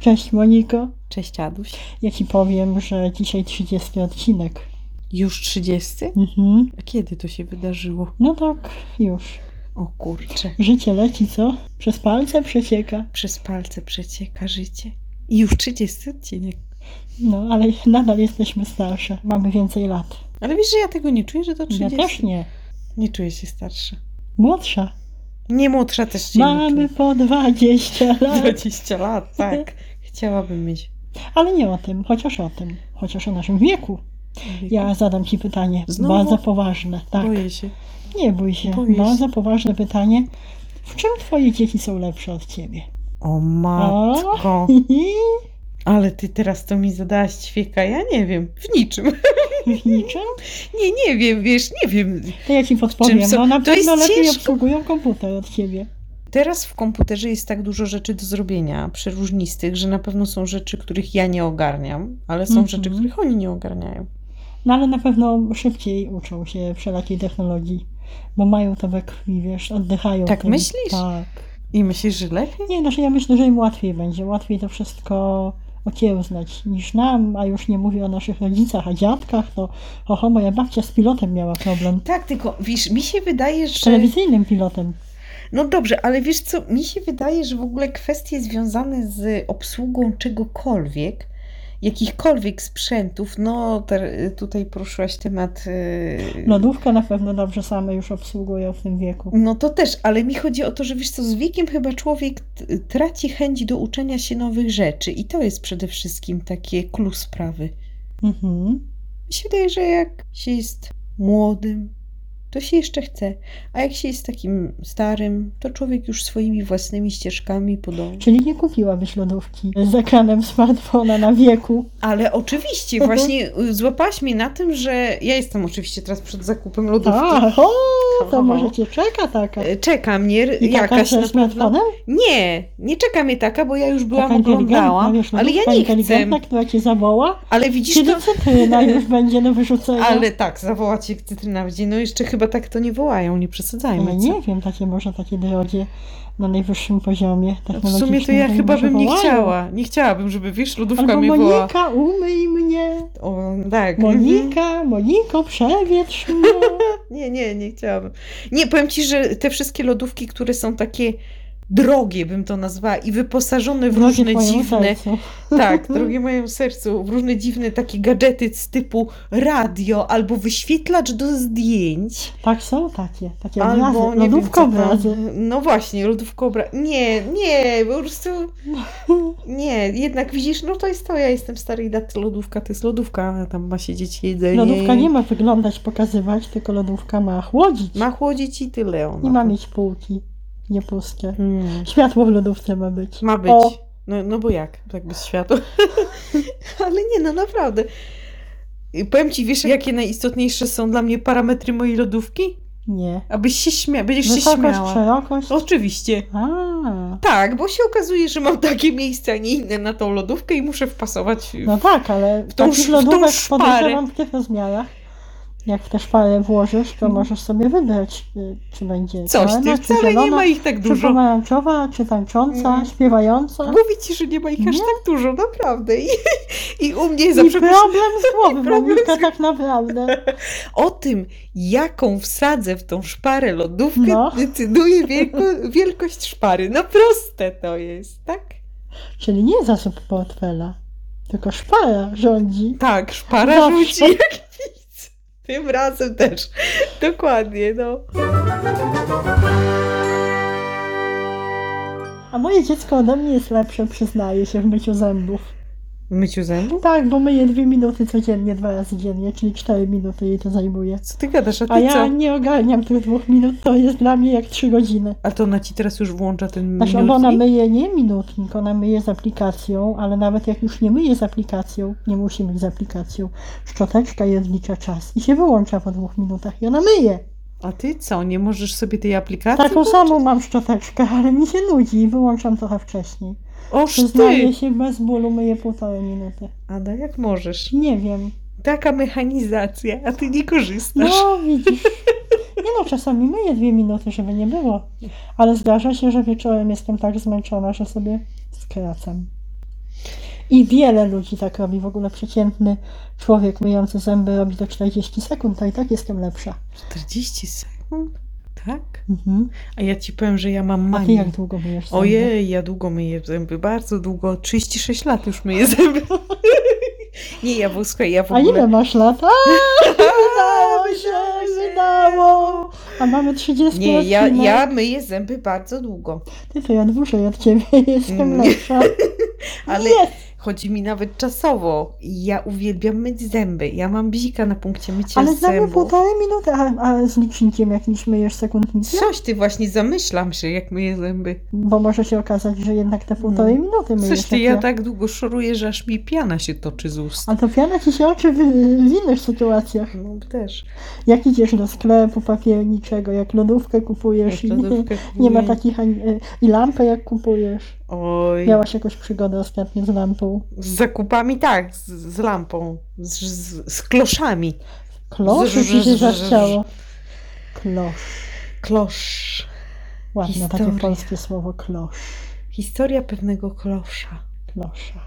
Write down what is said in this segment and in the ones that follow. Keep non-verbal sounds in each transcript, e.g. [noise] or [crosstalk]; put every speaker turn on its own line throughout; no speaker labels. Cześć Moniko.
Cześć Aduś.
Ja ci powiem, że dzisiaj 30 odcinek.
Już 30?
Mhm.
A kiedy to się wydarzyło?
No tak, już.
O kurcze.
Życie leci, co? Przez palce przecieka.
Przez palce przecieka życie. I już 30 odcinek.
No, ale nadal jesteśmy starsze. Mamy więcej lat.
Ale wiesz, że ja tego nie czuję, że to 30.
Ja też nie.
Nie czuję się starsza.
Młodsza.
Nie młodsza też się nie
Mamy tak. po 20
czuję.
lat.
20 lat, tak. Chciałabym mieć.
Ale nie o tym, chociaż o tym. Chociaż o naszym wieku. Ja zadam ci pytanie.
Znowu?
Bardzo poważne. Tak.
Boję się.
Nie bój się.
Boję się.
Bardzo poważne pytanie. W czym twoje dzieci są lepsze od ciebie?
O matko. Ale ty teraz to mi zadałaś ćwieka. Ja nie wiem. W niczym.
W [laughs] niczym?
Nie, nie wiem, wiesz, nie wiem.
To ja ci podpowiem.
Czym są-
No na
to jest
pewno lepiej
ciężko.
obsługują komputer od ciebie.
Teraz w komputerze jest tak dużo rzeczy do zrobienia, przeróżnistych, że na pewno są rzeczy, których ja nie ogarniam, ale są
Mhm.
rzeczy, których oni nie ogarniają.
No ale na pewno szybciej uczą się wszelakiej technologii, bo mają to we krwi, wiesz, oddychają.
Tak
tym.
myślisz?
Tak.
I myślisz, że lepiej?
Nie, znaczy ja myślę, że im łatwiej będzie. Łatwiej to wszystko okiełznać niż nam, a już nie mówię o naszych rodzicach, a dziadkach, to oho, moja babcia z pilotem miała problem.
Tak, tylko wiesz, mi się wydaje,
Z
że.
telewizyjnym pilotem.
No dobrze, ale wiesz co, mi się wydaje, że w ogóle kwestie związane z obsługą czegokolwiek, jakichkolwiek sprzętów, no te, tutaj poruszyłaś temat. yy,
Lodówkę na pewno dobrze same już obsługują w tym wieku.
No to też, ale mi chodzi o to, że wiesz co, z wiekiem chyba człowiek t- traci chęć do uczenia się nowych rzeczy i to jest przede wszystkim takie clue sprawy.
Mhm.
Mi się wydaje, że jak się jest młodym, to się jeszcze chce, a jak się jest takim starym, to człowiek już swoimi własnymi ścieżkami podąża.
Czyli nie kupiłabyś lodówki z ekranem smartfona na wieku.
Ale oczywiście,
Mhm.
właśnie y, złapałaś mnie na tym, że ja jestem oczywiście teraz przed zakupem lodówki.
Ach, o, to
Oho.
może cię czeka taka.
Y, Czeka mnie r-
I taka
jakaś
ze
na pewno.
smartfonem?
Nie, nie czeka mnie taka, bo ja już byłam
Taka inteligentna,
oglądałam,
wiesz,
ale ja
lodówka
nie chcę.
inteligentna, która cię zawoła.
Ale widzisz,
Kiedy
to,
cytryna no,
[laughs]
już będzie do wyrzucenia?
ale tak, zawoła cię cytryna w dzień. No jeszcze chyba tak to nie wołają, nie
Ja
przesadzajmy. co?
No
No
nie wiem, takie może takie drogie na najwyższym poziomie
W
technologicznym.
sumie to ja
nie
chyba
no, może
bym nie
wołają.
chciała. Nie chciałabym, żeby wiesz, lodówka
Albo
mnie woła.
Monika, umyj mnie.
O, tak. mhm.
Monika, Moniko, przewietrz mnie.
Nie, nie, nie chciałabym. Nie, powiem ci, że te wszystkie lodówki, które są takie drogie, bym to nazwała, i wyposażone [laughs] w
Drogie
różne
twoje
dziwne,
sercu.
Tak, drogie moje sercu, w różne dziwne takie gadżety z typu radio albo wyświetlacz do zdjęć.
Tak są takie, takie
Albo
obrazy, [laughs]
nie wiem, co tam.
lodówkobrazy.
No właśnie, lodówkobra. Nie, nie, po prostu nie. Jednak widzisz, no to jest to, ja jestem starej daty, lodówka to jest lodówka, a tam ma siedzieć jedzenie.
Lodówka nie
ma.
ma wyglądać, pokazywać, tylko lodówka ma chłodzić.
Ma chłodzić i tyle ona.
Nie ma Hmm. mieć półki, nie pustkę.
Mm.
Światło w lodówce ma być.
Ma być.
O,
No, no bo jak? Tak bez światła. [laughs] Ale nie, no naprawdę. I Powiem ci, wiesz, jakie najistotniejsze są dla mnie parametry mojej lodówki?
nie.
Abyś się śmiała, będziesz się
Wysokość,
śmiała.
szerokość.
Oczywiście.
A,
Tak, bo się okazuje, że mam takie miejsce, a nie inne na tą lodówkę i muszę wpasować.
no tak, ale
tą
takich
sz- w tą
lodówek
szparę.
podejrzewam w tych rozmiarach. Jak w te szparę włożysz, to
Mhm.
możesz sobie wybrać, y, czy będzie
Coś,
czarna,
ty
czy
wcale nie
zielona,
ma ich tak
czy
dużo.
pomarańczowa, czy tańcząca,
Mhm.
śpiewająca.
Mówię ci, że nie ma ich aż
Nie?
tak dużo, naprawdę. I, i no, u mnie
I
zawsze
problem
[laughs]
z głową,
problem
Monika, tak naprawdę.
o tym, jaką wsadzę w tą szparę lodówkę,
No. [laughs]
decyduje wielko, wielkość szpary. No proste to jest, tak?
Czyli nie zasób portfela, tylko szpara rządzi.
Tak, szpara
Zawsze.
rzuci [laughs] jak nic. Tym razem też. Dokładnie, no.
A moje dziecko ode mnie jest lepsze, przyznaję się, w myciu zębów.
Myciu zębów?
Tak, bo myję dwie minuty codziennie, dwa razy dziennie, czyli cztery minuty jej to zajmuje.
Co ty gadasz, a ty
A ja
co?
nie ogarniam tych dwóch minut, to jest dla mnie jak trzy godziny.
A to ona ci teraz już włącza ten
Znaczy, bo ona
minutnik?
myje nie minutnik, ona myje z aplikacją, ale nawet jak już nie myje z aplikacją, nie musi myć z aplikacją, szczoteczka jej odlicza czas i się wyłącza po dwóch minutach i ona myje.
A ty co, nie możesz sobie tej aplikacji?
Taką
włączyć?
samą mam szczoteczkę, ale mi się nudzi i wyłączam trochę wcześniej.
Oż
Przyznaję
ty!
się, bez bólu myję półtorej minuty.
Ada, jak możesz?
Nie wiem.
Taka mechanizacja, a ty nie korzystasz.
No, widzisz. Nie no, czasami myję dwie minuty, żeby nie było. Ale zdarza się, że wieczorem jestem tak zmęczona, że sobie skracam. I wiele ludzi tak robi. W ogóle przeciętny człowiek myjący zęby robi to 40 sekund, a i tak jestem lepsza.
40 sekund? Tak?
Mhm.
A ja ci powiem, że ja mam
A ty
manię.
jak długo myjesz zęby?
Ojej, ja długo myję zęby, bardzo długo. 36 lat już myję zęby. [laughs] Nie, ja w słuchaj, ja w
A
ogóle... [laughs]
ile masz lat? A, wydało
wydało się. tak.
się, wydało! A mamy 30
Nie,
lat.
ja,
czy no?
ja myję zęby bardzo długo.
Ty to ja dłużej od ciebie [laughs] jestem
Mm.
lepsza.
[laughs] Ale
Jest.
chodzi mi nawet czasowo. Ja uwielbiam myć zęby. Ja mam bzika na punkcie mycia
Ale znamy
zębów.
półtorej minuty, a, a z licznikiem jakimś myjesz sekundnicę?
Coś ty właśnie zamyślam się, jak myję zęby.
Bo może się okazać, że jednak te półtorej
Mm.
minuty myjesz.
Coś ty,
jak
ja tak długo szoruję, że aż mi piana się toczy z ust.
A to piana ci się oczy wy, w innych sytuacjach.
No też.
Jak idziesz do sklepu papierniczego, jak lodówkę kupujesz
Jak
i nie,
[laughs] lodówkę
nie ma
kupuję.
takich ani, y, i lampę jak kupujesz.
Oj.
Miałaś jakąś przygodę ostatnio z lampą.
Z zakupami tak, z, z lampą, z, z, z kloszami.
Kloszy ci się zachciało. Klosz.
Klosz.
Ładne takie
Historia.
polskie słowo klosz.
Historia pewnego klosza.
Klosza.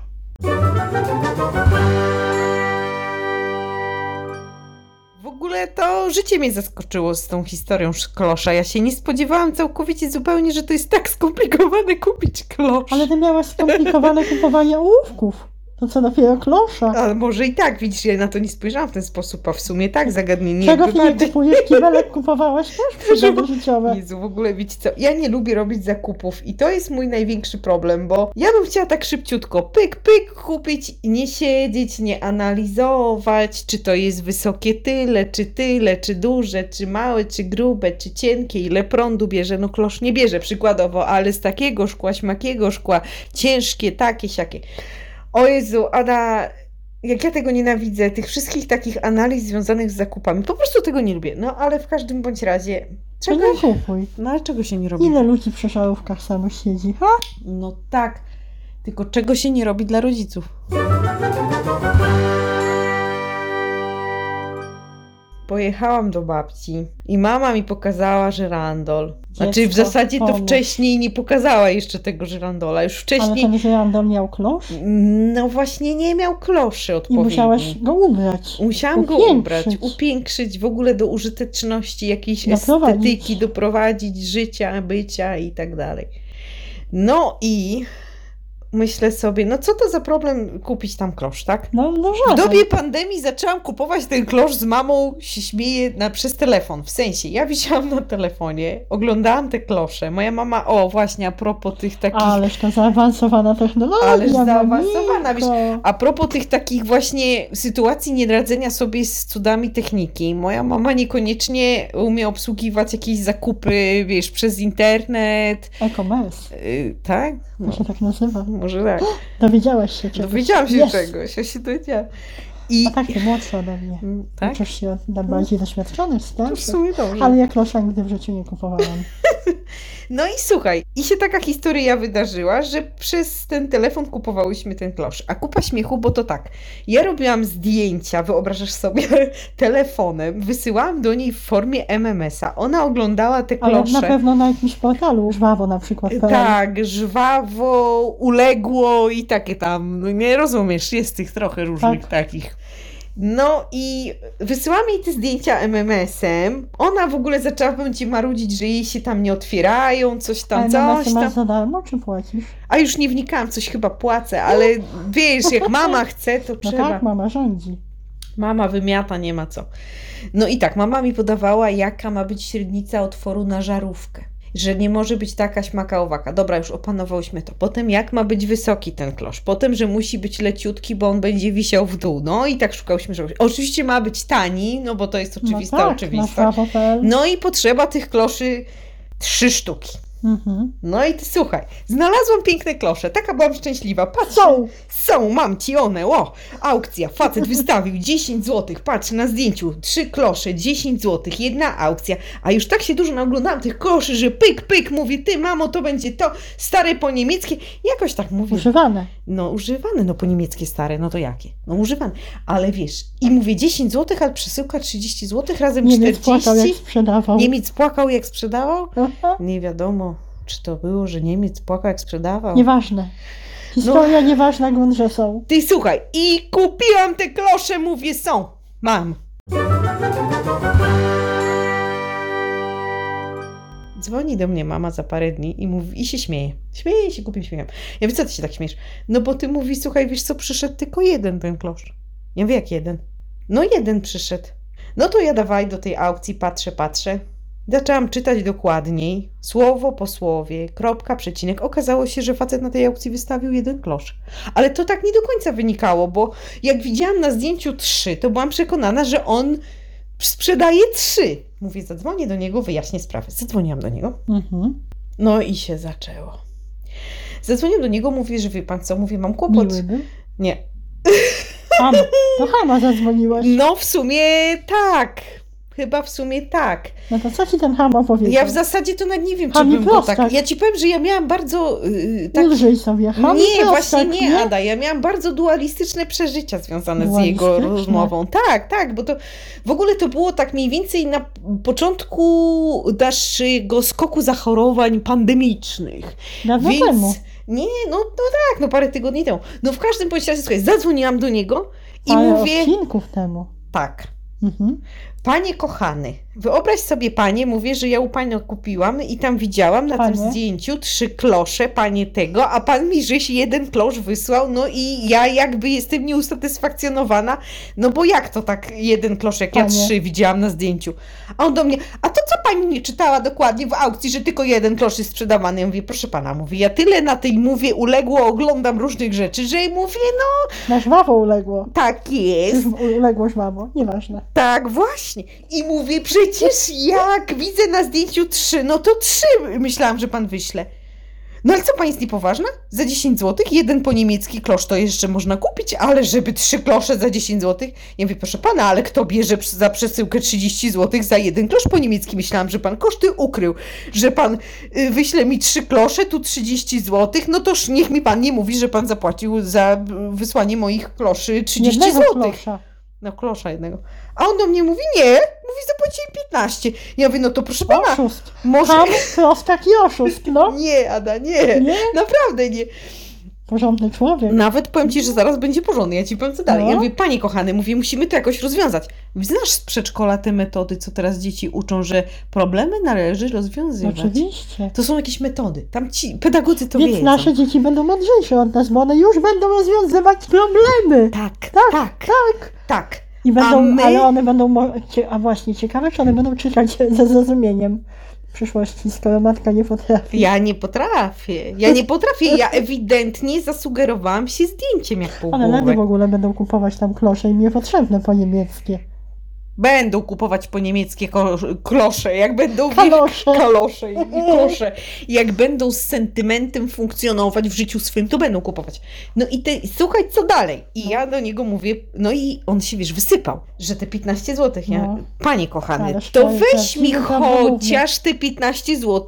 W ogóle to życie mnie zaskoczyło z tą historią sz- klosza. Ja się nie spodziewałam całkowicie zupełnie, że to jest tak skomplikowane kupić klosz.
Ale ty miałaś
[laughs]
skomplikowane kupowanie ołówków. To co dopiero klosza.
Ale może i tak, widzisz, ja na to nie spojrzałam w ten sposób, a w sumie tak, zagadnienie
Czego
jakby
ty nie
bardziej-
kupujesz? Kibelek kupowałaś też przygody życiowe.
Jezu, w ogóle wiecie co, ja nie lubię robić zakupów i to jest mój największy problem, bo ja bym chciała tak szybciutko pyk, pyk kupić i nie siedzieć, nie analizować, czy to jest wysokie tyle, czy tyle, czy duże, czy małe, czy grube, czy cienkie, ile prądu bierze, no klosz nie bierze przykładowo, ale z takiego szkła, śmakiego szkła, ciężkie, takie, siakie. O Jezu, Ada, jak ja tego nienawidzę, tych wszystkich takich analiz związanych z zakupami, po prostu tego nie lubię. No ale w każdym bądź razie,
To
czego
nie kupuj.
no ale czego się nie robi?
Ile ludzi przy szarówkach samych siedzi? Ha?
No tak, tylko czego się nie robi dla rodziców? Pojechałam do babci i mama mi pokazała żyrandol. Znaczy w
Dziecko,
zasadzie to
pomóż.
wcześniej nie pokazała jeszcze tego żyrandola. Już
Ale
wcześniej...
ten żyrandol miał klosz
No właśnie nie miał kloszy
i
odpowiednio.
musiałaś go ubrać.
Musiałam go
Upiększyć.
ubrać, upiększyć w ogóle do użyteczności, jakiejś
Doprowadzić.
estetyki, doprowadzić życia, bycia i tak dalej. No i myślę sobie, no co to za problem kupić tam klosz, tak?
No, no
W
żaden.
dobie pandemii zaczęłam kupować ten klosz z mamą, się śmieję na, przez telefon. W sensie, ja widziałam na telefonie, oglądałam te klosze. Moja mama, o właśnie, a propos tych takich
Ależ to zaawansowana technologia.
Ależ zaawansowana,
Moniko.
A propos tych takich właśnie sytuacji nieradzenia sobie z cudami techniki, moja mama niekoniecznie umie obsługiwać jakieś zakupy, wiesz, przez internet,
E-commerce.
yy, tak?
To
No,
się tak nazywa.
może
[gasps]
tak.
Dowiedziałaś się czegoś.
Dowiedziałam się
Jest.
czegoś, ja się dowiedziałam. I
A tak, ty młodsza ode mnie.
Mm, tak?
Uczysz się od bardziej doświadczonych,
To w
starszych.
sumie dobrze.
Ale ja klosza nigdy w życiu nie kupowałam.
No i słuchaj, i się taka historia wydarzyła, że przez ten telefon kupowałyśmy ten klosz. A kupa śmiechu, bo to tak, ja robiłam zdjęcia, wyobrażasz sobie, [laughs] telefonem, wysyłałam do niej w formie MMS-a. Ona oglądała te
Ale
klosze.
na pewno na jakimś portalu, żwawo na przykład. Tak.
Tak, żwawo, uległo i takie tam, no nie rozumiesz, jest tych trochę różnych
Tak.
takich. No i wysyłam jej te zdjęcia MMS-em. Ona w ogóle zaczęła będzie marudzić, że jej się tam nie otwierają, coś
no,
tam, coś tam.
E, masz za darmo, czy płacisz?
A już nie wnikałam, coś chyba płacę, ale wiesz, jak mama chce, to
No
trzeba.
tak, mama rządzi.
Mama wymiata, nie ma co. No i tak, mama mi podawała, jaka ma być średnica otworu na żarówkę. Że nie może być taka śmaka owaka. Dobra, już opanowałyśmy to. Potem jak ma być wysoki ten klosz. Potem, że musi być leciutki, bo on będzie wisiał w dół. No i tak szukałyśmy czegoś. Oczywiście ma być tani, no bo to jest oczywista
no tak,
oczywista.
Na żwawo.pl.
No i potrzeba tych kloszy trzy sztuki.
Mhm.
No i ty, słuchaj, znalazłam piękne klosze, taka byłam szczęśliwa. Patrz,
Są!
są, mam ci one, o! Aukcja, facet wystawił 10 zł, patrz na zdjęciu, trzy klosze, 10 zł, jedna aukcja. A już tak się dużo naoglądałam tych kloszy, że pyk, pyk, mówię, ty mamo, to będzie to, stare po niemieckie. Jakoś tak mówię,
Używane.
no używane, no po niemieckie stare, no to jakie? No używane, ale wiesz, i mówię 10 zł, ale przesyłka 30 zł, razem
Nie wiem,
40.
płakał jak sprzedawał.
Niemiec płakał jak sprzedawał?
Aha.
No. Nie wiadomo, czy to było, że Niemiec płakał jak sprzedawał.
Nieważne. Historia
No.
nieważna, grunt, że są.
Ty słuchaj, i kupiłam te klosze, mówię, są. Mam. Dzwoni do mnie mama za parę dni i mówi, i się śmieje. Śmieje się głupim śmiechem. Ja mówię, co ty się tak śmiesz? No bo ty mówisz, słuchaj, wiesz co, przyszedł tylko jeden ten klosz. Ja mówię, jak jeden? No jeden przyszedł. No to ja dawaj do tej aukcji, patrzę, patrzę. Zaczęłam czytać dokładniej, słowo po słowie, kropka, przecinek. Okazało się, że facet na tej aukcji wystawił jeden klosz. Ale to tak nie do końca wynikało, bo jak widziałam na zdjęciu trzy, to byłam przekonana, że on sprzedaje trzy. Mówię, zadzwonię do niego, wyjaśnię sprawę. Zadzwoniłam do niego.
Mhm.
No i się zaczęło. Zadzwoniłam do niego, mówię, że wie pan co, mówię, mam kłopot.
Miły był.
Nie.
Hama. To Hama zadzwoniłaś.
No w sumie tak. Chyba w sumie tak.
No to co ci ten Hama powiedział?
Ja w zasadzie to nawet nie wiem, czy
Pan
bym go
prostak.
tak... Ja ci powiem, że ja miałam bardzo yy, tak
Ulżyj sobie. Hama
nie,
prostak,
właśnie nie, Ada. Ja miałam bardzo dualistyczne przeżycia związane z jego
Dualistyczne?
rozmową. Tak, tak, bo to w ogóle to było tak mniej więcej na początku naszego skoku zachorowań pandemicznych.
Dawno
Więc
temu.
nie, no, no tak, no parę tygodni temu. No w każdym bądź razie, słuchaj, zadzwoniłam do niego i
Ale
mówię
odcinków temu.
tak.
Mhm.
Panie kochany, wyobraź sobie panie, mówię, że ja u panią kupiłam i tam widziałam na
Panie?
tym zdjęciu trzy klosze, panie tego, a pan mi żeś jeden klosz wysłał, no i ja jakby jestem nieusatysfakcjonowana, no bo jak to tak jeden kloszek,
Panie.
ja trzy widziałam na zdjęciu. A on do mnie, a to co pani nie czytała dokładnie w aukcji, że tylko jeden klosz jest sprzedawany? Ja mówię, proszę pana, mówię, ja tyle na tej mówię uległo, oglądam różnych rzeczy, że mówię, no
Na żwawo uległo.
tak jest.
Już uległo żwawo. Nieważne.
Tak, właśnie. I mówię, przecież jak widzę na zdjęciu trzy, no to trzy myślałam, że pan wyśle. No ale co, pani jest niepoważna? Za 10 zł jeden po niemiecki klosz to jeszcze można kupić, ale żeby trzy klosze za 10 zł? Ja mówię, proszę pana, ale kto bierze przy- za przesyłkę 30 zł za jeden klosz po niemiecki? Myślałam, że pan koszty ukrył, że pan y, wyśle mi trzy klosze, tu 30 zł, no toż niech mi pan nie mówi, że pan zapłacił za y, wysłanie moich kloszy 30
Jednego
zł.
klosza.
No, klosza jednego. A on do mnie mówi, nie, mówi, zapłaciłem 15. Ja mówię, no to proszę pana,
Oszust.
może...
Ham, prostak i oszust, no.
[laughs] Nie, Ada, nie.
Nie?
Naprawdę nie.
Porządny człowiek.
Nawet powiem ci, że zaraz będzie porządny. Ja ci powiem co dalej.
No.
Ja mówię, panie kochany, mówię, musimy to jakoś rozwiązać. Znasz z przedszkola te metody, co teraz dzieci uczą, że problemy należy rozwiązywać.
Oczywiście.
To są jakieś metody. Tam ci pedagodzy to
Więc
wiedzą.
nasze dzieci będą mądrzejsze od nas, bo one już będą rozwiązywać problemy.
Tak, tak,
Tak,
tak.
Tak. I będą,
A my-
ale one będą, mo- cie- a właśnie, ciekawe, czy one będą czytać ze zrozumieniem w przyszłości, skoro matka nie potrafi.
Ja nie potrafię. Ja nie potrafię. Ja ewidentnie zasugerowałam się zdjęciem jak
One ledy
półgłówek.
w ogóle będą kupować tam klosze im niepotrzebne po niemieckie.
Będą kupować po niemieckie ko- klosze, jak będą
Kalosze.
kalosze i i klosze. Jak będą z sentymentem funkcjonować w życiu swym, to będą kupować. No i te, słuchaj, co dalej? I ja do niego mówię, no i on się, wiesz, wysypał, że te 15 zł, nie?
No.
Panie kochany,
Ależ
to
to jest
weź mi
prawdziwy dobry
chociaż te 15 zł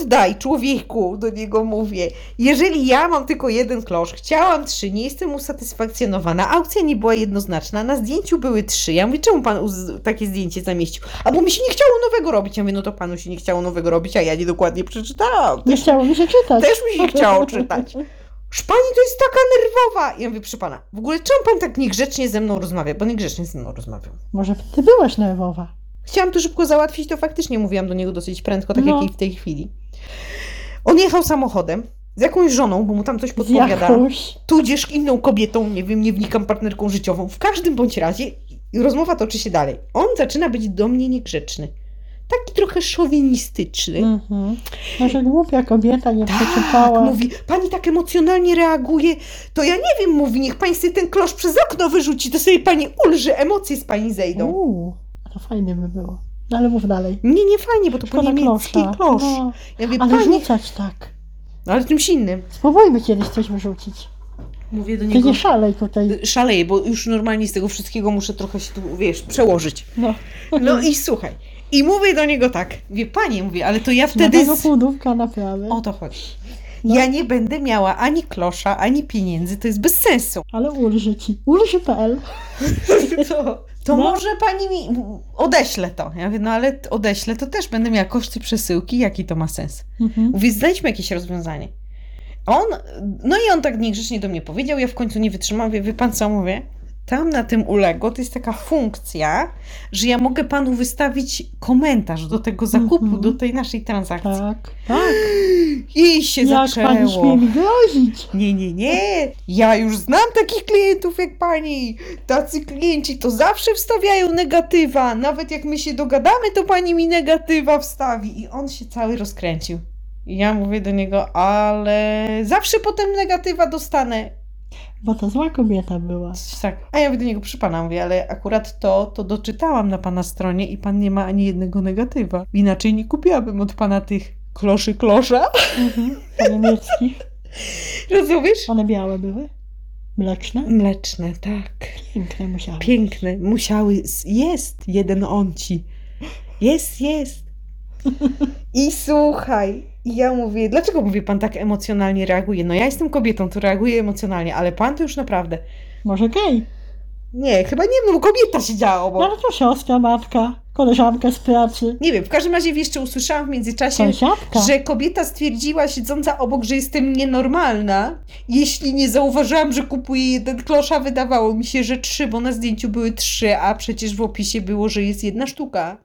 oddaj człowieku, do niego mówię. Jeżeli ja mam tylko jeden klosz, chciałam trzy, nie jestem usatysfakcjonowana, aukcja nie była jednoznaczna, na zdjęciu były trzy. Ja mówię, czemu pan uz- takie zdjęcie zamieścił? A bo mi się nie chciało nowego robić. Ja mówię, no to panu się nie chciało nowego robić, a ja nie dokładnie przeczytałam.
Nie chciało mi się czytać.
Też mi się
[laughs]
chciało czytać. Już pani to jest taka nerwowa. Ja mówię, przy pana, w ogóle czemu pan tak niegrzecznie ze mną rozmawia? Bo niegrzecznie ze mną rozmawiał.
Może ty byłaś nerwowa.
Chciałam to szybko załatwić, to faktycznie mówiłam do niego dosyć prędko, tak
No.
jak i w tej chwili. On jechał samochodem z jakąś żoną, bo mu tam coś
Z
podpowiadała,
jakąś.
tudzież inną kobietą, nie wiem, nie wnikam, partnerką życiową. W każdym bądź razie rozmowa toczy się dalej. On zaczyna być do mnie niegrzeczny. Taki trochę szowinistyczny.
Mhm. Może głupia kobieta nie przeczytała.
Y- Tak, mówi, pani tak emocjonalnie reaguje, to ja nie wiem, mówi, niech pani sobie ten klosz przez okno wyrzuci, to sobie pani ulży, emocje z pani zejdą.
Uuu, to fajnie by było. No ale mów dalej.
Nie, nie fajnie, bo to po
Szkoda
niemiecki
klosza.
klosz.
No,
Ja mówię,
ale
pani,
rzucać tak.
no, ale czymś innym.
Spróbujmy kiedyś coś wyrzucić.
Mówię do
Ty
niego,
nie szalej
Y-
tutaj.
szaleję, bo już normalnie z tego wszystkiego muszę trochę się tu, wiesz, przełożyć.
No. [laughs]
No i słuchaj, i mówię do niego tak, wie panie, mówię, ale to ja wtedy...
Wtedy
Z...
półdówka naprawy.
O to chodzi.
No.
Ja nie będę miała ani klosza, ani pieniędzy, to jest bez
[laughs]
sensu.
Ale ulży ci. Ulży.pl.
to, to
No.
może pani mi odeślę to. Ja mówię, no ale t- odeślę, to też będę miała koszty przesyłki, jaki to ma sens.
Mhm.
Mówię, znajdźmy jakieś rozwiązanie. On, no i on tak niegrzecznie do mnie powiedział, ja w końcu nie wytrzymam, wie, wie pan co mówię? Tam na tym ulego to jest taka funkcja, że ja mogę panu wystawić komentarz do tego zakupu,
Mhm.
do tej naszej transakcji.
Tak, tak.
I się
Jak pani
zaczęło.
śmie mi grozić?
Nie, nie, nie. Ja już znam takich klientów jak pani. Tacy klienci to zawsze wstawiają negatywa. Nawet jak my się dogadamy, to pani mi negatywa wstawi. I on się cały rozkręcił. I ja mówię do niego, ale zawsze potem negatywa dostanę.
Bo to zła kobieta była.
Coś tak. A ja mówię do niego, przypana, mówię, ale akurat to, to doczytałam na pana stronie i pan nie ma ani jednego negatywa. Inaczej nie kupiłabym od pana tych kloszy klosza.
Mhm. Po niemieckich.
Rozumiesz?
One białe były? Mleczne?
Mleczne, tak.
Piękne musiały.
Piękne, musiały. s- Jest jeden on ci. Jest, jest. I słuchaj, i ja mówię, dlaczego mówię, pan tak emocjonalnie reaguje? No ja jestem kobietą, to reaguje emocjonalnie, ale pan to już naprawdę.
Może gej.
Nie, chyba nie, no bo kobieta się działa,
No
bo.
ale to siostra, matka, koleżanka z pracy,
Nie wiem, w każdym razie jeszcze usłyszałam w międzyczasie,
sąsiadka.
że kobieta stwierdziła siedząca obok, że jestem nienormalna. Jeśli nie zauważyłam, że kupuję jeden klosz, a wydawało mi się, że trzy, bo na zdjęciu były trzy, a przecież w opisie było, że jest jedna sztuka.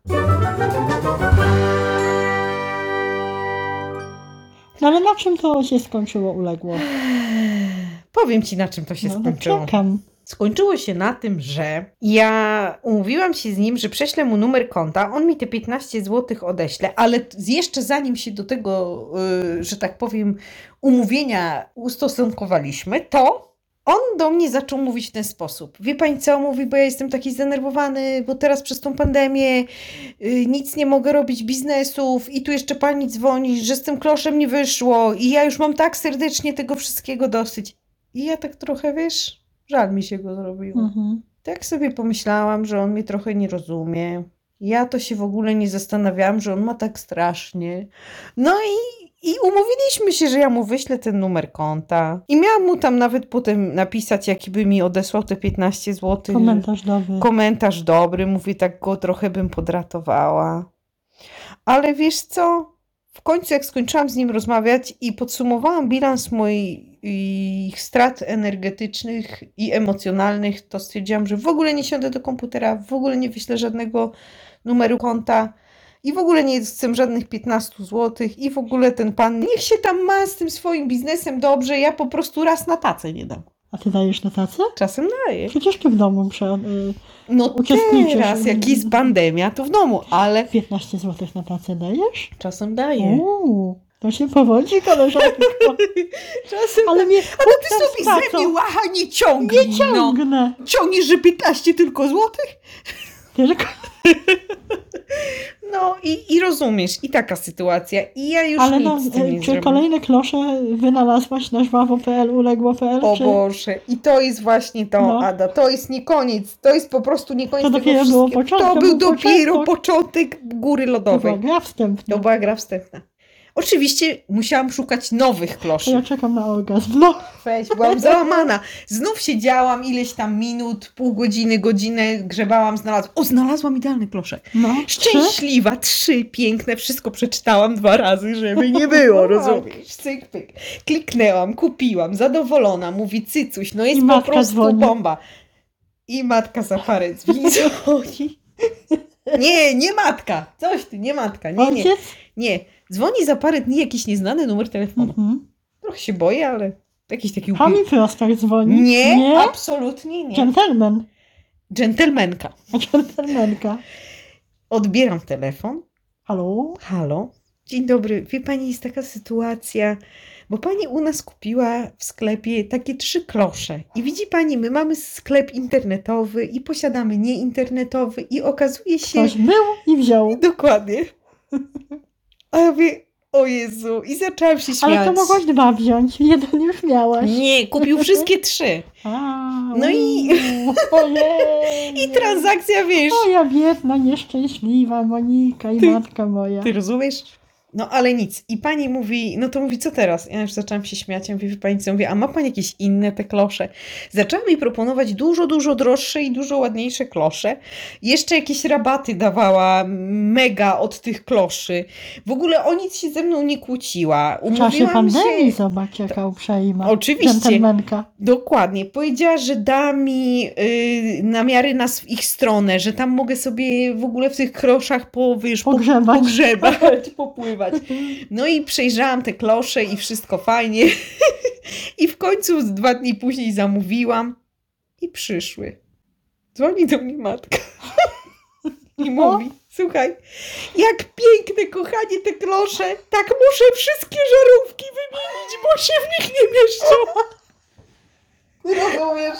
No ale na czym to się skończyło, uległo?
Powiem ci, na czym to się
no, no
skończyło.
czekam.
Skończyło się na tym, że ja umówiłam się z nim, że prześlę mu numer konta, on mi te 15 zł odeśle, ale t- jeszcze zanim się do tego, y, że tak powiem, umówienia ustosunkowaliśmy, to on do mnie zaczął mówić w ten sposób. Wie pani co, mówi, bo ja jestem taki zdenerwowany, bo teraz przez tą pandemię y, nic nie mogę robić biznesów i tu jeszcze pani dzwoni, że z tym kloszem nie wyszło i ja już mam tak serdecznie tego wszystkiego dosyć. I ja tak trochę, wiesz, żal mi się go zrobiło.
Mhm.
Tak sobie pomyślałam, że on mnie trochę nie rozumie. Ja to się w ogóle nie zastanawiałam, że on ma tak strasznie. No i, i umówiliśmy się, że ja mu wyślę ten numer konta. I miałam mu tam nawet potem napisać, jaki by mi odesłał te 15 zł.
Komentarz dobry.
Komentarz dobry, mówię, tak go trochę bym podratowała. Ale wiesz co? W końcu, jak skończyłam z nim rozmawiać i podsumowałam bilans moich strat energetycznych i emocjonalnych, to stwierdziłam, że w ogóle nie siądę do komputera, w ogóle nie wyślę żadnego numeru konta i w ogóle nie chcę żadnych 15 zł i w ogóle ten pan niech się tam ma z tym swoim biznesem dobrze, ja po prostu raz na tacę nie dam.
A ty dajesz notację?
Czasem daję.
Przecież ty w domu prze, y,
No
Uczestniczysz.
teraz, jak jest pandemia, to w domu, ale
15 zł na pracę dajesz?
czasem daje.
Uuu, to się powodzi, koleżanko.
[laughs] Czasem tak.
Ale
[laughs]
mnie
ale ty
kurczę,
sobie ze
spacą.
mnie łacha nie ciągnij,
nie
no.
ciągnę.
Ciągniesz, że 15 tylko złotych?
Tylko
No i, i rozumiesz, i taka sytuacja, i ja już
Ale
nic
no,
z
e,
tym nie
czy
zrobię.
kolejne klosze wynalazłaś na żwawo.pl, uległo.pl?
O
czy
Boże, i to jest właśnie to,
No.
Ada, to jest nie koniec, to jest po prostu nie koniec
To
tego
dopiero było
wszystkiego.
początek,
To
to
był
był
dopiero
początek.
początek góry
to
lodowej.
była gra
To
wstępna.
była gra wstępna. Oczywiście musiałam szukać nowych
To
kloszy.
ja czekam na orgazm. No,
Weź, byłam załamana. Znów siedziałam ileś tam minut, pół godziny, godzinę, grzebałam, znalazłam. O, znalazłam idealny kloszek.
no. Czy?
Szczęśliwa, trzy, piękne, wszystko przeczytałam dwa razy, żeby nie
[laughs]
było,
Tak.
rozumiesz? Cyk, pyk. Kliknęłam, kupiłam, zadowolona, mówi cycuś, no jest
I
po
matka
prostu
dzwoni.
bomba. I matka za parę drzwi [laughs] dzwoni. Nie, nie matka, coś ty, nie matka, nie, nie,
Ojciec?
nie. Dzwoni za parę dni jakiś nieznany numer telefonu.
Mhm.
Trochę się boję, ale jakiś taki
Hami Prostak dzwoni.
nie,
nie?
absolutnie nie.
Gentleman.
Dżentelmenka.
Gentlemanka.
Odbieram telefon.
Halo?
Halo. Dzień dobry. Wie pani, jest taka sytuacja, bo pani u nas kupiła w sklepie takie trzy klosze. I widzi pani, my mamy sklep internetowy i posiadamy nieinternetowy i okazuje się...
Ktoś był i wziął.
[laughs] Dokładnie. A ja mówię, o Jezu. I zaczęłam się śmiać.
Ale to mogłaś dwa wziąć, jeden już miałaś.
Nie, kupił wszystkie trzy.
A,
No i-
uuu, ojej.
[laughs] I transakcja, wiesz...
Moja biedna, nieszczęśliwa Monika i
Ty-
matka moja.
Ty rozumiesz? No ale nic. I pani mówi, no to mówi, co teraz? Ja już zaczęłam się śmiać, ja mówię, wie pani co? Mówię, a ma pani jakieś inne te klosze? Zaczęła mi proponować dużo, dużo droższe i dużo ładniejsze klosze. Jeszcze jakieś rabaty dawała mega od tych kloszy. W ogóle o nic się ze mną nie kłóciła.
W czasie
Umówiłam
pandemii,
się... Tak.
zobacz, jaka uprzejma.
Oczywiście.
Dżentelmenka.
Dokładnie. Powiedziała, że da mi yy, namiary na sw- ich stronę, że tam mogę sobie w ogóle w tych kroszach po, wiesz, po,
Pogrzebać.
[laughs] pogrzebać, popływać. No i przejrzałam te klosze i wszystko fajnie. [laughs] I w końcu z dwa dni później zamówiłam i przyszły. Dzwoni do mnie matka. [laughs] I mówi, słuchaj, jak piękne, kochanie, te klosze, tak muszę wszystkie żarówki wymienić, bo się w nich nie mieszczą. [laughs]
Rozumiesz?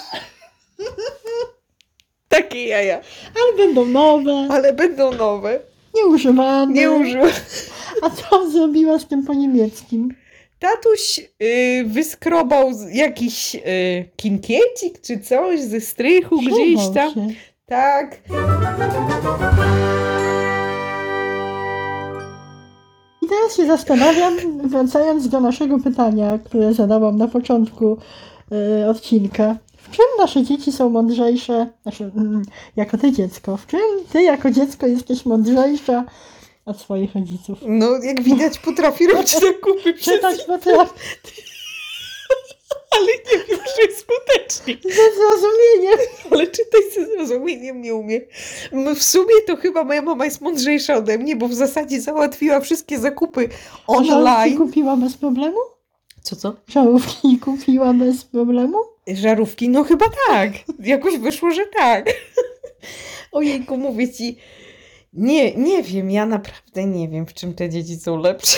Takie jaja.
Ale będą nowe,
Ale będą nowe.
nieużywane.
Nie użyłam.
A co zrobiła z tym po niemieckim?
Tatuś y, wyskrobał z- jakiś y, kinkiecik czy coś ze strychu gdzieś
Przyznał
tam.
się.
Tak.
I teraz się zastanawiam, wracając do naszego pytania, które zadałam na początku e, odcinka. W czym nasze dzieci są mądrzejsze? Znaczy, mm, jako ty dziecko. W czym ty jako dziecko jesteś mądrzejsza od swoich rodziców?
No, jak widać, potrafi [laughs] robić zakupy przez
Czytać potrafię
ale nie wiem, że skutecznie.
ze zrozumieniem.
Ale czytać ze zrozumieniem nie umie. M- W sumie to chyba moja mama jest mądrzejsza ode mnie, bo w zasadzie załatwiła wszystkie zakupy
Żarówki
online.
kupiła bez problemu?
Co, co?
Żarówki kupiła bez problemu?
Żarówki? No chyba tak. Jakoś wyszło, że tak. [laughs] Ojejku, mówię ci. Nie, nie wiem, ja naprawdę nie wiem, w czym te dzieci są lepsze.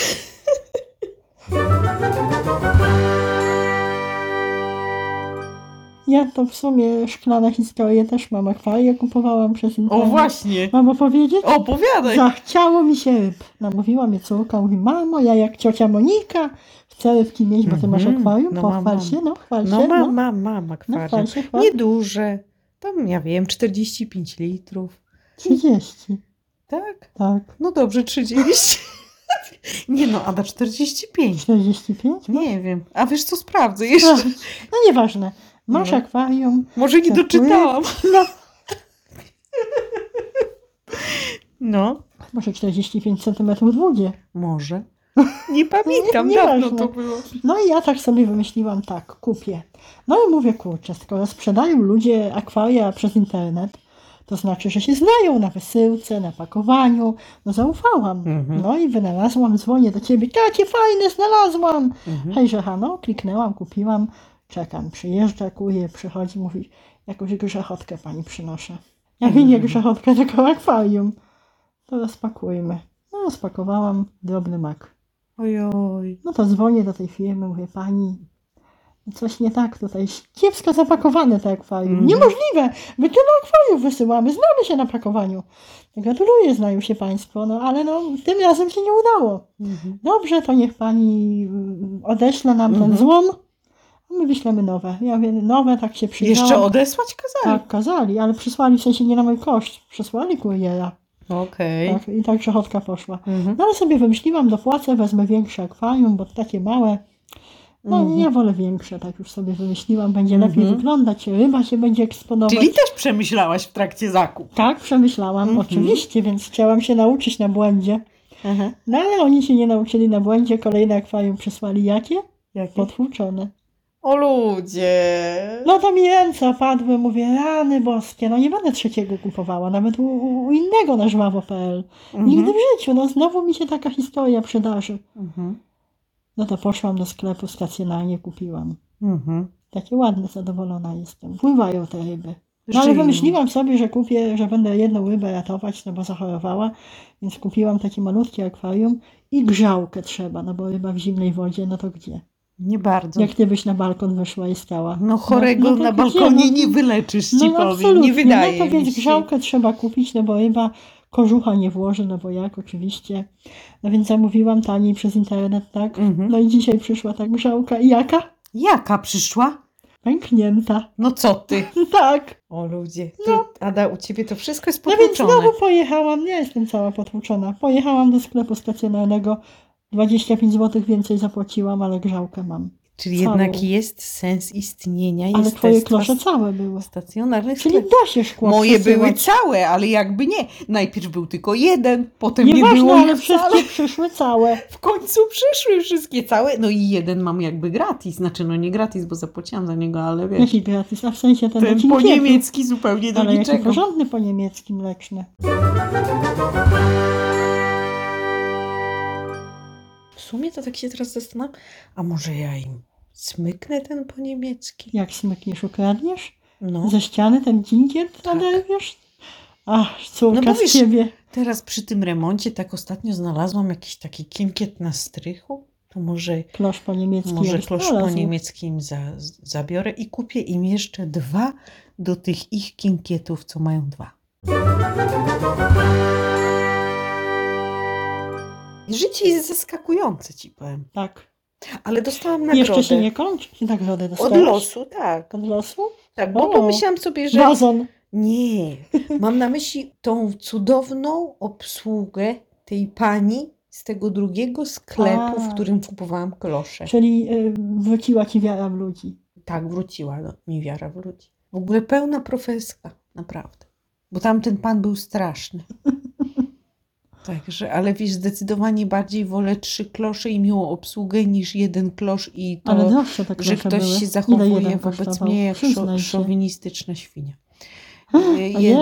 Ja to w sumie szklane historie też mam akwaria kupowałam przez internet.
O właśnie.
Mam opowiedzieć?
Opowiadaj.
No, Zachciało mi się ryb. Namówiła mnie córka, mówi, mamo, ja jak ciocia Monika chcę rybki mieć, bo ty masz
Mhm,
akwarium,
no mam,
pochwal
mam.
się, no chwal
No
się,
mam,
no,
mam, mam
no
akwarium.
chwal się, chwal.
Nieduże. Tam, ja wiem, 45 litrów.
30,
Tak?
tak.
No dobrze, 30. [laughs] Nie no, Ada, 45. [laughs]
45?
Nie wiem. A wiesz co, sprawdzę jeszcze.
No nieważne. Masz
No.
akwarium.
Może nie
Dziękuję.
doczytałam.
No,
[laughs] No,
może 45 cm długie.
może. Nie pamiętam,
[laughs] Nie-
dawno
nieważne.
to było.
No i ja tak sobie wymyśliłam, tak, kupię. No i mówię, kurczę, skoro sprzedają ludzie akwaria przez internet, to znaczy, że się znają na wysyłce, na pakowaniu. No zaufałam.
Mhm.
No i wynalazłam, dzwonię do ciebie, tacie fajne, znalazłam.
Mhm.
Hejże, Hano, kliknęłam, kupiłam, czekam, przyjeżdża, kuje, przychodzi, mówi, jakąś grzechotkę pani przynoszę. Ja mówię, nie
Mhm.
grzechotkę, tylko akwarium. To rozpakujmy. No, rozpakowałam drobny mak.
Ojoj.
No to dzwonię do tej firmy, mówię, pani, coś nie tak tutaj, kiepsko zapakowane te akwarium.
Mhm.
Niemożliwe, my tyle akwariów wysyłamy, znamy się na pakowaniu. Gratuluję, znają się państwo, no ale no, tym razem się nie udało.
Mhm.
Dobrze, to niech pani mm, odeśle nam ten
Mhm.
złom, a my wyślemy nowe. Ja mówię, nowe, tak się przyjęło.
Jeszcze odesłać kazali.
Tak, kazali, ale przysłali, w sensie nie na mój koszt, przysłali kuriera.
Okej.
Tak, I tak przechodka poszła.
Mhm.
No ale sobie wymyśliłam, dopłacę, wezmę większe akwarium, bo takie małe. No
Mhm.
ja wolę większe, tak już sobie wymyśliłam, będzie lepiej
Mhm.
wyglądać, ryba się będzie eksponować.
Czyli też przemyślałaś w trakcie zakup.
Tak, przemyślałam,
Mhm.
oczywiście, więc chciałam się nauczyć na błędzie. No ale oni się nie nauczyli na błędzie, kolejne akwarium przysłali jakie?
Jakie?
Potłuczone.
O ludzie.
No to mi ręce opadły, mówię, rany boskie, no nie będę trzeciego kupowała, nawet u, u u innego na żwawo.pl. Nigdy
Mhm.
w życiu, no znowu mi się taka historia przydarzy.
Mhm.
No to poszłam do sklepu, stacjonarnie kupiłam.
Mhm.
Takie ładne, zadowolona jestem. Pływają te ryby. No ale
Żyją.
wymyśliłam sobie, że kupię, że będę jedną rybę ratować, no bo zachorowała, więc kupiłam takie malutkie akwarium i grzałkę trzeba, no bo ryba w zimnej wodzie, no to gdzie?
Nie bardzo.
Jak gdybyś na balkon wyszła i stała.
No chorego
no to
na
gdzie?
balkonie
No-
nie wyleczysz, ci
no
powiem.
absolutnie,
Nie wydaje
no to
mi
więc
się.
grzałkę trzeba kupić, no bo ryba kożucha nie włoży, no bo jak oczywiście. No więc zamówiłam taniej przez internet, tak?
Mhm.
No i dzisiaj przyszła ta grzałka i jaka?
Jaka przyszła?
pęknięta. [laughs]
No co ty?
Tak.
O ludzie,
No.
to, Ada, u ciebie to wszystko jest
No więc
potłuczone.
znowu pojechałam, ja jestem cała potłuczona. Pojechałam do sklepu stacjonarnego, 25 zł więcej zapłaciłam, ale grzałkę mam.
Czyli
całą.
jednak jest sens istnienia
Ale twoje
jestestwa
klosze całe były.
stacjonarnych
Czyli
sklepów.
da się szkło
Moje były
przesyłać.
całe, ale jakby nie. Najpierw był tylko jeden, potem nie,
Nieważne,
było
ale
ale
wszystkie przyszły całe.
W końcu przyszły wszystkie całe. No i jeden mam jakby gratis. Znaczy, no nie gratis, bo zapłaciłam za niego, ale wiesz.
Jaki gratis, a w sensie ten,
Ten po
odcinkietów.
niemiecki zupełnie do
Ale jaki
niczego.
porządny po niemiecki mleczny.
W sumie to tak się teraz zastanawiam, a może ja im smyknę ten po niemiecki?
Jak smykniesz, ukradniesz?
No.
Ze ściany ten dżingiet
Tak.
naderwiesz? Ach, córka
No bo
z
wiesz-
ciebie.
Teraz przy tym remoncie tak ostatnio znalazłam jakiś taki kinkiet na strychu. To może,
Klosz po niemiecki.
może
jak
klosz po
znalazł.
niemieckim za, z- zabiorę i kupię im jeszcze dwa do tych ich kinkietów, co mają dwa. Życie jest zaskakujące, ci powiem.
Tak.
Ale dostałam
Jeszcze się
nagrodę.
nie kończy. I nagrodę
Od
dostałeś.
losu, tak.
Od losu?
tak bo
O.
pomyślałam sobie, że
Wazon.
Nie, mam na myśli tą cudowną obsługę tej pani z tego drugiego sklepu,
A.
w którym kupowałam klosze.
Czyli y, wróciła ci wiara w ludzi.
Tak, wróciła no, mi wiara w ludzi. W ogóle pełna profeska, naprawdę. Bo tamten pan był
[laughs]
straszny. Także, ale wiesz, zdecydowanie bardziej wolę trzy klosze i miłą obsługę niż jeden klosz i to
Ale droższe te
że
klosze
ktoś
były.
się
Ile
zachowuje
jeden
wobec
kosztował?
mnie jak
Przyznaj
szo-
się.
szowinistyczna świnia.
A,
jeden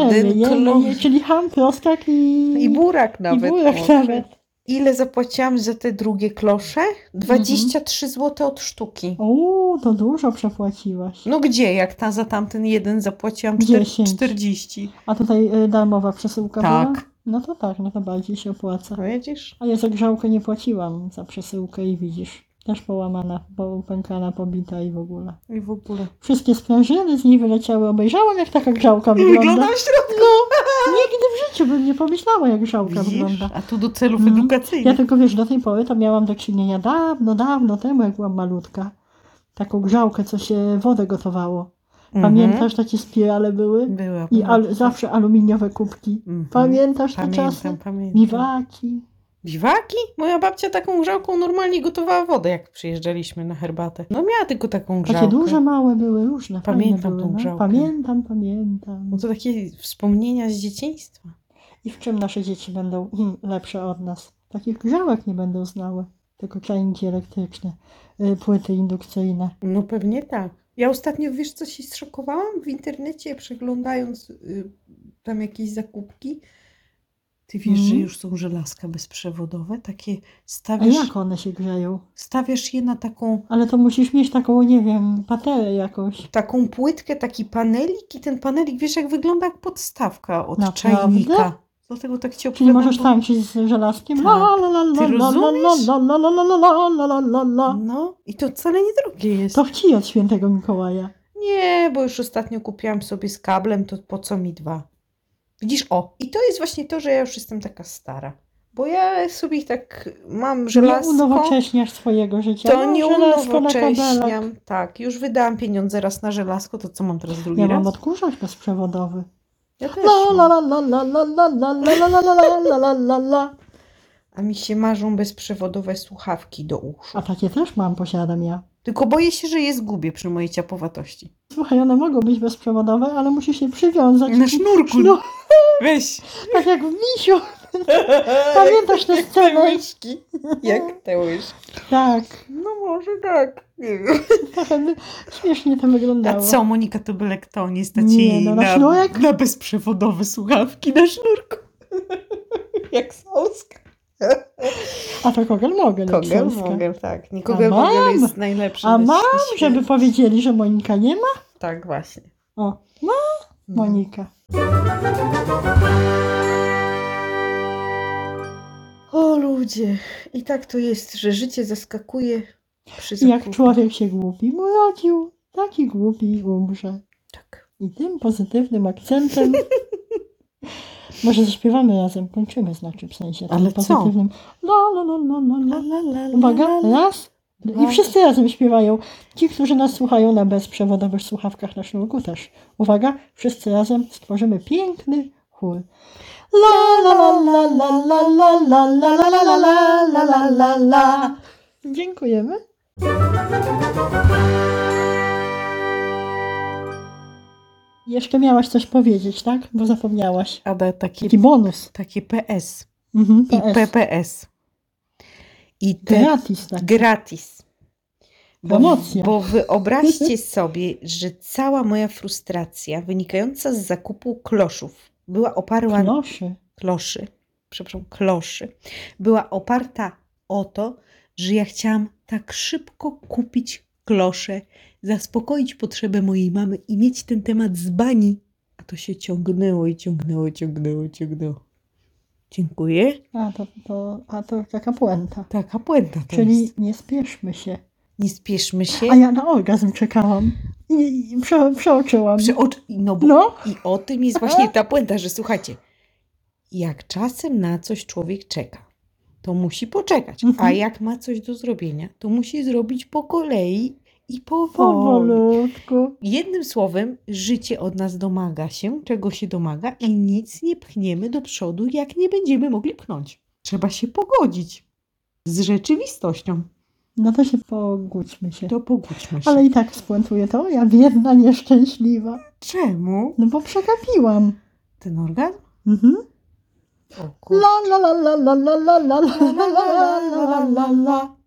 ojej, ojej,
klosz.
ojej, Czyli ham, prostak i...
I burak
i
nawet.
burak
może.
nawet. Mhm.
Ile zapłaciłam za te drugie klosze? 23 zł od sztuki.
Uuu, to dużo przepłaciłaś.
No gdzie, jak ta za tamten jeden zapłaciłam czter-
Dziesięć.
40.
A tutaj y, darmowa przesyłka była?
Tak.
No to tak, no to bardziej się opłaca.
No widzisz?
A ja za grzałkę nie płaciłam za przesyłkę i widzisz. Też połamana, po- pękana, pobita i w ogóle.
I w ogóle.
Wszystkie sprężyny z niej wyleciały. Obejrzałam, jak taka grzałka
I [laughs] wygląda
wygląda.
w środku. No
Nigdy w życiu bym nie pomyślała, jak grzałka
Widzisz?
wygląda.
A tu do celów
Mhm. Ja
edukacyjnych.
tylko wiesz, do tej pory to miałam do czynienia dawno, dawno temu, jak byłam malutka. Taką grzałkę, co się wodę gotowało.
Mhm.
Pamiętasz, takie spirale były?
Była.
I
była.
al- zawsze aluminiowe kubki.
Mhm.
Pamiętasz te
Pamiętam,
czasy?
pamiętam.
Biwaki.
Biwaki? Moja babcia taką grzałką normalnie gotowała wodę, jak przyjeżdżaliśmy na herbatę. No miała tylko taką grzałkę.
Takie duże, małe były, różne. fajne
Pamiętam
były,
tą
no.
grzałkę.
Pamiętam, pamiętam.
No to takie wspomnienia z dzieciństwa.
I w czym nasze dzieci będą im lepsze od nas? Takich grzałek nie będą znały. Tylko czajniki elektryczne, y, płyty indukcyjne.
No pewnie tak. Ja ostatnio, wiesz co się zszokowałam? W internecie przeglądając y, tam jakieś zakupki. Ty wiesz, że
Mhm.
już są żelazka bezprzewodowe? Takie
A
stawiasz,
jak one się grzeją?
stawiasz je na taką,
Ale to musisz mieć taką, nie wiem, patelę jakąś.
taką płytkę, taki panelik i ten panelik, wiesz, jak wygląda jak podstawka od
Naprawdę?
czajnika. Dlatego tak ci
Czyli
opowiadam.
możesz
bo-
tańczyć z żelazkiem.
Tak.
La, la, la, la,
Ty
la, la,
rozumiesz?
la, la, la, la, la, la, la, la, la, la.
No i to wcale nie drogie jest.
To chci od świętego Mikołaja.
Nie, bo już ostatnio kupiłam sobie z kablem, to po co mi dwa? Widzisz, o, i to jest właśnie to, że ja już jestem taka stara. Bo ja sobie ich tak mam
Nie
żelazko,
unowocześniasz swojego życia.
to
No,
nie
żelazko na kabelach.
unowocześniam. Tak, już wydałam pieniądze raz na żelazko, to co mam teraz drugi
Ja
raz?
mam odkurzacz bezprzewodowy.
Ja też
La la
mam.
la la la la la la la la la la la la la la.
A mi się marzą bezprzewodowe słuchawki do uszu.
A takie też mam, posiadam ja.
Tylko boję się, że je zgubię przy mojej ciapowatości.
Słuchaj, one mogą być bezprzewodowe, ale musisz się przywiązać.
Na sznurku.
No,
[laughs] Weź.
tak jak w misiu. Pamiętasz tę
Te
scenę?
łyżki. Jak te łyżki.
Tak. [laughs]
No może tak. Nie wiem.
Trochę by- śmiesznie to
A
wyglądało.
co, Monika Tobylek, to nie stać
Nie,
jej
no na
na,
sznurek?
na bezprzewodowe słuchawki
[laughs]
na sznurku. Jak Sauska.
A to kogel mogę.
Kogel
Kogel mogę.
Mogel, No, tak. Nie,
A
Kogel
mam!
Mogel jest najlepszy.
A
na
mam,
świecie.
Żeby powiedzieli, że Monika nie ma?
Tak, właśnie.
O, no, Monika.
O ludzie, i tak to jest, że życie zaskakuje przy
Jak
zakupie.
człowiek się głupim urodził, taki głupi umrze.
Tak.
I tym pozytywnym
[laughs]
akcentem. Może zaśpiewamy razem, kończymy znaczy w sensie. tym
Ale co?
pozytywnym. La, la, la, la, la,
La,
la.
la, la, la,
No, Uwaga,
la, la.
raz, I wszyscy razem śpiewają. Ci, którzy nas słuchają na bezprzewodowych słuchawkach na sznurku też. Uwaga, wszyscy razem stworzymy piękny chór. La la la la la la la la la la la la la la la la. Dziękujemy. Jeszcze miałaś coś powiedzieć, tak? Bo zapomniałaś.
Ada, takie,
Taki bonus.
takie PS
Mhm, PS.
i PPS. I te
Gratis, tak.
gratis. Bo,
Promocja.
bo wyobraźcie [laughs] sobie, że cała moja frustracja wynikająca z zakupu kloszów była oparła
Proszę.
kloszy, przepraszam, kloszy, była oparta o to, że ja chciałam tak szybko kupić klosze, zaspokoić potrzebę mojej mamy i mieć ten temat z bani. A to się ciągnęło i ciągnęło, ciągnęło, ciągnęło. Dziękuję.
A to, to, a to taka puenta.
Taka puenta to
Czyli
jest.
nie spieszmy się.
Nie spieszmy się.
A ja na orgazm czekałam. I, i prze, przeoczyłam.
Przeocz... No, bo...
No,
I o tym jest właśnie ta puenta, że słuchajcie, jak czasem na coś człowiek czeka, to musi poczekać,
Mhm.
a jak ma coś do zrobienia, to musi zrobić po kolei i powoli.
powolutku.
Jednym słowem, życie od nas domaga się, czego się domaga i nic nie pchniemy do przodu, jak nie będziemy mogli pchnąć. Trzeba się pogodzić z rzeczywistością.
No to się pogódźmy się.
To pogódźmy się.
Ale i tak spuentuję to. Ja biedna, nieszczęśliwa.
czemu
No bo przegapiłam.
ten orgazm?
Mhm.
O, kur-
No, La la la la la la la la la la la la la la la.